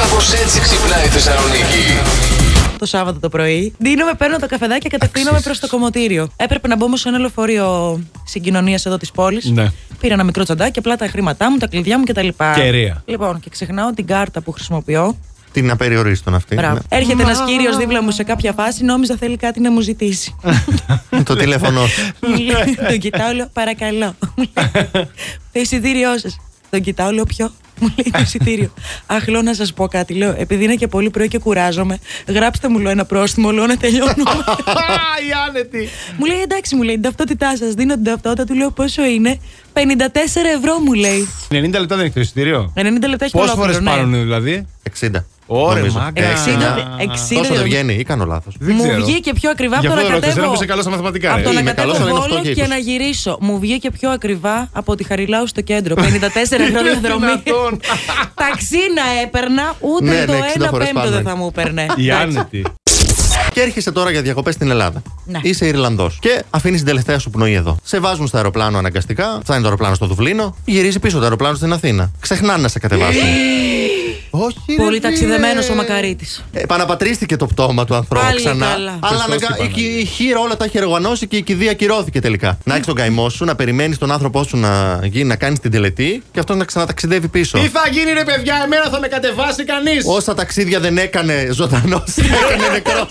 Κάπως έτσι ξυπνάει η Θεσσαλονίκη. το Σάββατο το πρωί. Ντύνομαι, παίρνω το καφεδάκι και κατευθύνομαι προς το κομμωτήριο. Έπρεπε να μπω όμως σε ένα λεωφορείο συγκοινωνίας εδώ της πόλης. Ναι. Πήρα ένα μικρό τσαντάκι, απλά τα χρήματά μου, τα κλειδιά μου κτλ. Κεραία. Λοιπόν, και ξεχνάω την κάρτα που χρησιμοποιώ. Την να περιορίσει τον Ε, αυτή. Ναι. ναι. Μπράβο. Έρχεται ένας κύριος δίπλα μου σε κάποια φάση, νόμιζα θέλει κάτι να μου ζητήσει. Ναι. Το τηλέφωνο. σου. Τον κοιτάω, λέω παρακαλώ. Μου λέει, Το εισιτήριό σας. Τον κοιτάω, λέω ποιο. Μου λέει το εισιτήριο. Αχ, λέω να σας πω κάτι. Λέω, επειδή είναι και πολύ πρωί και κουράζομαι, γράψτε μου λέω, ένα πρόστιμο, λέω να τελειώνουμε. Α, η άνετη. Μου λέει εντάξει, μου λέει την ταυτότητά σας. Δίνω την ταυτότητα, του λέω πόσο είναι. 54 ευρώ μου λέει. 90 λεπτά δεν έχει το εισιτήριο. 90 λεπτά Ε, έχει Πόσε φορέ ολόκληρο, ναι. πάρουν δηλαδή. 60. Ωραία, νομίζω. μάκα. Εξήντα- Ε, εξήντα Ναι. Τόσο δεν δεδομένα. βγαίνει, ή κάνω λάθος. Δεν μου ξέρω. βγήκε πιο ακριβά από το Γι' αυτό να ρώτησα, κατέβω. δεν είσαι καλό στα μαθηματικά. Από ρε. το να Είμαι κατέβω καλός, αλλά είναι Βόλο 8 και και 20. να γυρίσω. Μου βγήκε πιο ακριβά από τη Χαριλάου στο κέντρο. 54 ευρώ Είναι διαδρομή. δυνατόν. Ταξί να έπαιρνα, Ναι, ούτε ναι, το 60 1 φορές πέμπτο δεν πάνω. θα μου έπαιρνε. Η άνετη. Και έρχεσαι τώρα για διακοπές στην Ελλάδα. Ναι. Είσαι Ιρλανδός. Και αφήνεις την τελευταία σου πνοή εδώ. Σε βάζουν στο αεροπλάνο αναγκαστικά. Φτάνει το αεροπλάνο στο Δουβλίνο. Γυρίζει πίσω το αεροπλάνο στην Αθήνα. Ξεχνάνε να σε κατεβάσουν. Όχι, ρε Πολύ φίλε. Ε, ταξιδεμένος ο Μακαρίτης. Επαναπατρίστηκε το πτώμα του ανθρώπου Πάλι ξανά. καλά. Αλλά Χριστός αναγκα... και η, Παναγία. η χείρα όλα τα έχει εργανώσει και η κηδεία κυρώθηκε τελικά. Να έχεις τον καημό σου, να περιμένεις τον άνθρωπό σου να, γίνει- να κάνεις την τελετή και αυτό να ξαναταξιδεύει πίσω. Τι θα γίνει ρε παιδιά, εμένα θα με κατεβάσει κανείς. Όσα ταξίδια δεν έκανε ζωντανός, έκανε νεκρός.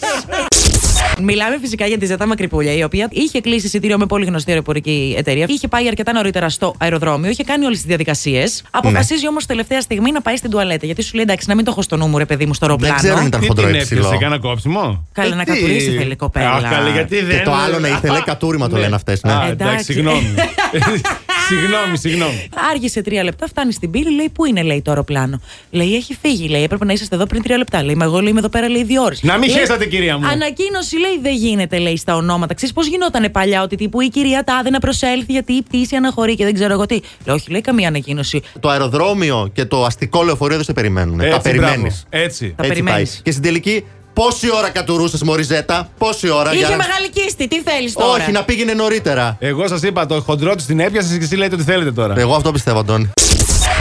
Μιλάμε φυσικά για τη Ζετά Μακρυπούλια, η οποία είχε κλείσει εισιτήριο με πολύ γνωστή αεροπορική εταιρεία. Είχε πάει αρκετά νωρίτερα στο αεροδρόμιο, είχε κάνει όλες τις διαδικασίες. Ναι. Αποφασίζει όμως τελευταία στιγμή να πάει στην τουαλέτα. Γιατί σου λέει εντάξει, να μην το έχω στο νου μου, ρε παιδί μου, στο Δεν αεροπλάνο. ξέρω αν ήταν Τι χοντρό την ή έπιασε, ψηλό. κάνα κόψιμο. Καλά, να Ε, τι. κατουρίσει θέλει η κοπέλα. Αχ, καλέ, γιατί δεν. Και το άλλο να ήθελε κατούριμα το Ναι. λένε αυτές. Α, Ναι. εντάξει, Εντάξει. συγγνώμη. Συγγνώμη, συγγνώμη. Άργησε τρία λεπτά, φτάνει στην πύλη, λέει Πού είναι, λέει το αεροπλάνο. Λέει Έχει φύγει, λέει Έπρεπε να είσαστε εδώ πριν τρία λεπτά. Λέει Μα εγώ λέει, είμαι εδώ πέρα, λέει δύο ώρες. Να μην χαίσατε, κυρία μου. Ανακοίνωση λέει δεν γίνεται, λέει στα ονόματα. Ξέρεις πώς γινότανε παλιά ότι τύπου η κυρία Τάδε να προσέλθει γιατί η πτήση αναχωρεί και δεν ξέρω εγώ τι. Λέω, όχι, λέει καμία ανακοίνωση. Το αεροδρόμιο και το αστικό λεωφορείο δεν σε περιμένουν. Έτσι, Ναι, Τα περιμένει. Ε, μπράβο. Έτσι. Τα περιμένεις. Και στην τελική, πόση ώρα κατουρούσες Μοριζέτα, πόση ώρα. Είχε για να- μεγάλη κίστη, τι θέλεις τώρα. Όχι, να πήγαινε νωρίτερα. Εγώ σας είπα, το χοντρό της την έπιασες και εσύ λέτε ότι θέλετε Ε, τώρα. Εγώ αυτό πιστεύω, Αντώνη.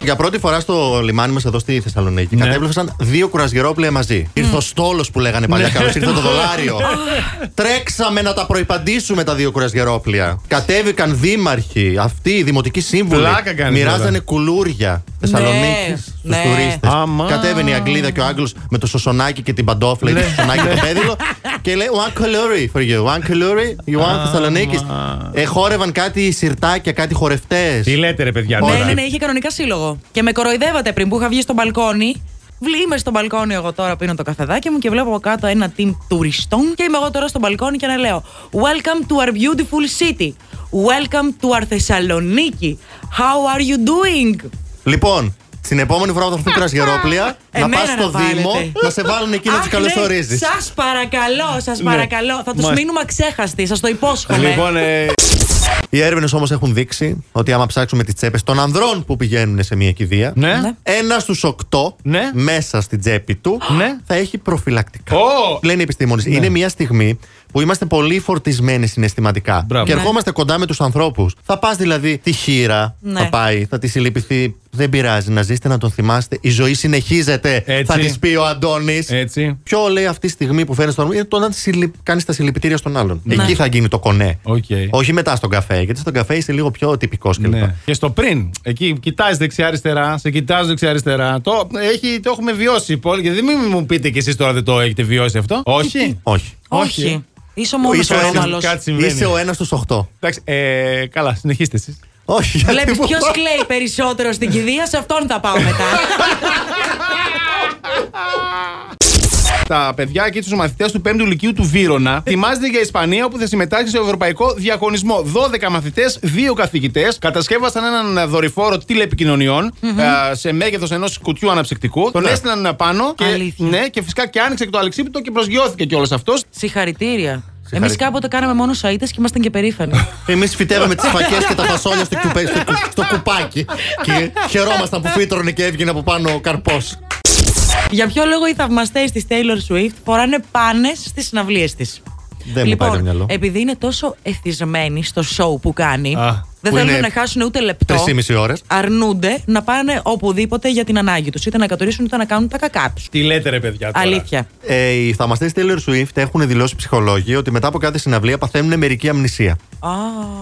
Για πρώτη φορά στο λιμάνι μας εδώ στη Θεσσαλονίκη Ναι. κατέβλεψαν δύο κουρασγερόπλαια μαζί. Ήρθε ο στόλος που λέγανε Ναι. παλιά, καλώς ήρθε το δολάριο. Τρέξαμε να τα προπαντήσουμε τα δύο κουρασγερόπλαια. Κατέβηκαν δήμαρχοι, αυτοί οι δημοτικοί σύμβουλοι. Πλάκα κάνεις Μοιράζανε τώρα. κουλούρια Θεσσαλονίκης στους ναι. τουρίστες. Αμά. Ναι. Κατέβαινε η Αγγλίδα και ο Άγγλος με το σωσονάκι και την παντόφλα ή το σωσονάκι και το πέδιλο και λέει One calorie for you. One calorie, you want Θεσσαλονίκη. Εχόρευαν κάτι σιρτάκια, κάτι χορευτές. Τι λέτε, ρε παιδιά, Ναι, τώρα. ναι, ναι, είχε κανονικά σύλλογο. Και με κοροϊδεύατε πριν που είχα βγει στο μπαλκόνι. Βλή- Είμαι στο μπαλκόνι εγώ τώρα, πίνω το καφεδάκι μου και βλέπω από κάτω ένα team τουριστών και είμαι εγώ τώρα στο μπαλκόνι και να λέω Welcome to our beautiful city. Welcome to our Thessaloniki. How are you doing? Λοιπόν, στην επόμενη φορά που θα έρθουν κουρασγερόπλια, να Εμένα πας στο να βάλετε. Δήμο, να σε βάλουν εκεί να τους καλωσορίζεις. Σα ναι, παρακαλώ, σας Ναι. παρακαλώ. Θα τους Μας- μείνουμε αξέχαστοι, σας το υπόσχομαι. Λοιπόν, ε, Οι έρευνες όμως έχουν δείξει ότι άμα ψάξουμε τις τσέπες των ανδρών που πηγαίνουν σε μια κηδεία, ναι. Ναι. ένας στους οκτώ Ναι. μέσα στην τσέπη του Ναι. θα έχει προφυλακτικά. Ω! Ναι. Λένε οι επιστήμονες. Είναι μια στιγμή που είμαστε πολύ φορτισμένοι συναισθηματικά Μπράβο. και Ναι. ερχόμαστε κοντά με τους ανθρώπους. Θα πας δηλαδή τη χείρα, Ναι. θα πάει, θα τη συλληπιθεί. Δεν πειράζει, να ζήσετε, να τον θυμάστε. Η ζωή συνεχίζεται, Έτσι. θα της πει ο Αντώνης. Έτσι. Ποιο λέει αυτή τη στιγμή που φέρνει τον νου είναι το να κάνεις τα συλληπιτήρια στον άλλον. Εκεί θα γίνει το κονέ. Ναι. Οκ. Όχι μετά στον καφέ, γιατί στον καφέ είσαι λίγο πιο τυπικός κλπ. Λοιπόν. Ναι. Και στο πριν, εκεί κοιτάζει δεξιά-αριστερά, σε κοιτάζει δεξιά-αριστερά. Το, έχει, το έχουμε βιώσει πολύ. Και δεν μην μου πείτε κι εσείς τώρα δεν το έχετε βιώσει αυτό. Όχι. Όχι. όχι. όχι. Είσαι ο μόνος Είσαι ο ένας- ανώμαλο. Κάτι συμβαίνει. Είσαι ο ένας στους 8. Εντάξει, ε, καλά, συνεχίστε εσείς. Όχι, γιατί Βλέπεις μου- ποιος κλαίει περισσότερο στην κηδεία, σε αυτόν θα πάω μετά. Τα παιδιά εκεί του μαθητές του 5ου Λυκείου του Βύρονα ετοιμάζονται για Ισπανία όπου θα συμμετάσχει στο Ευρωπαϊκό Διαγωνισμό. 12 μαθητέ, 2 καθηγητές κατασκεύασαν έναν δορυφόρο τηλεπικοινωνιών, ε, σε μέγεθος ενός κουτιού αναψυκτικού. Τον έστειλαν πάνω και, Αλήθεια. ναι, και φυσικά και άνοιξε και το αλεξίπτο και προσγειώθηκε κιόλας αυτός. Συγχαρητήρια. Εμείς κάποτε κάναμε μόνο σαΐτες και ήμασταν και περήφανοι. Εμείς φυτέβαμε τις φακές και τα φασόλια στο, κουπέ- στο, κου- στο κουπάκι. Και χαιρόμασταν που φύτρωνε και έβγαινε από πάνω ο καρπός. Για ποιο λόγο οι θαυμαστές της Taylor Swift φοράνε πάνες στις συναυλίες της. Λοιπόν, Δεν μου πάει το μυαλό. Επειδή είναι τόσο εθισμένη στο show που κάνει, Α. Δεν Που θέλουν είναι να χάσουν ούτε λεπτό. 3,5 ώρες. Αρνούνται να πάνε οπουδήποτε για την ανάγκη τους. Είτε να κατορίσουν είτε να κάνουν τα κακά τους. Τι λέτε ρε παιδιά τώρα. Αλήθεια. Ε, οι θαυμαστές Taylor Swift έχουν δηλώσει ψυχολόγοι ότι μετά από κάθε συναυλία παθαίνουν μερική αμνησία. Α,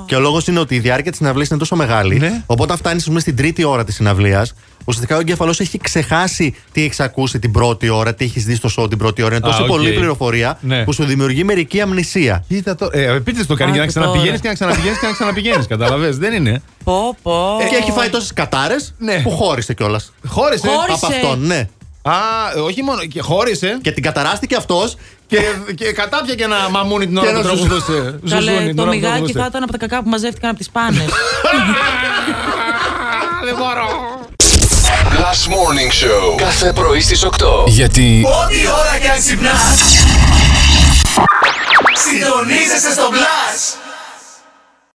Και ο λόγος είναι ότι η διάρκεια της συναυλίας είναι τόσο μεγάλη. Ναι. Οπότε, φτάνει στην τρίτη ώρα της συναυλίας, ουσιαστικά ο εγκέφαλος έχει ξεχάσει τι έχεις ακούσει την πρώτη ώρα, τι έχεις δει στο show την πρώτη ώρα. Είναι Α, τόσο οκ. πολλή πληροφορία Ναι. που σου δημιουργεί μερική αμνησία. Κοίτα το. Ε, επίτηδες το κάνει για να Άκου ξαναπηγαίνει τώρα. και να ξαναπηγαίνεις και να ξαναπηγαίνεις. Κατάλαβε, δεν είναι. πω, πω. Ε, Και έχει φάει τόσες κατάρες Ναι. που χώρισε κιόλας. Χώρισε. Χώρισε. Από αυτόν, ναι. Α, ε, όχι μόνο. Και χώρισε. Και την καταράστηκε αυτός. Και, και κατάπια και ένα μαμούνι την ώρα Και που ένα τραγουδούσε. Καλέ, Ζουζούνι, την το ώρα που μιγάκι τραγουδούσε. θα ήταν από τα κακά που μαζεύτηκαν από τις πάνες. Α, Δεν μπορώ. Last Morning Show. Κάθε πρωί στις 8. Γιατί Ό,τι ώρα κι αν ξυπνάς Συντονίζεσαι στο Blast.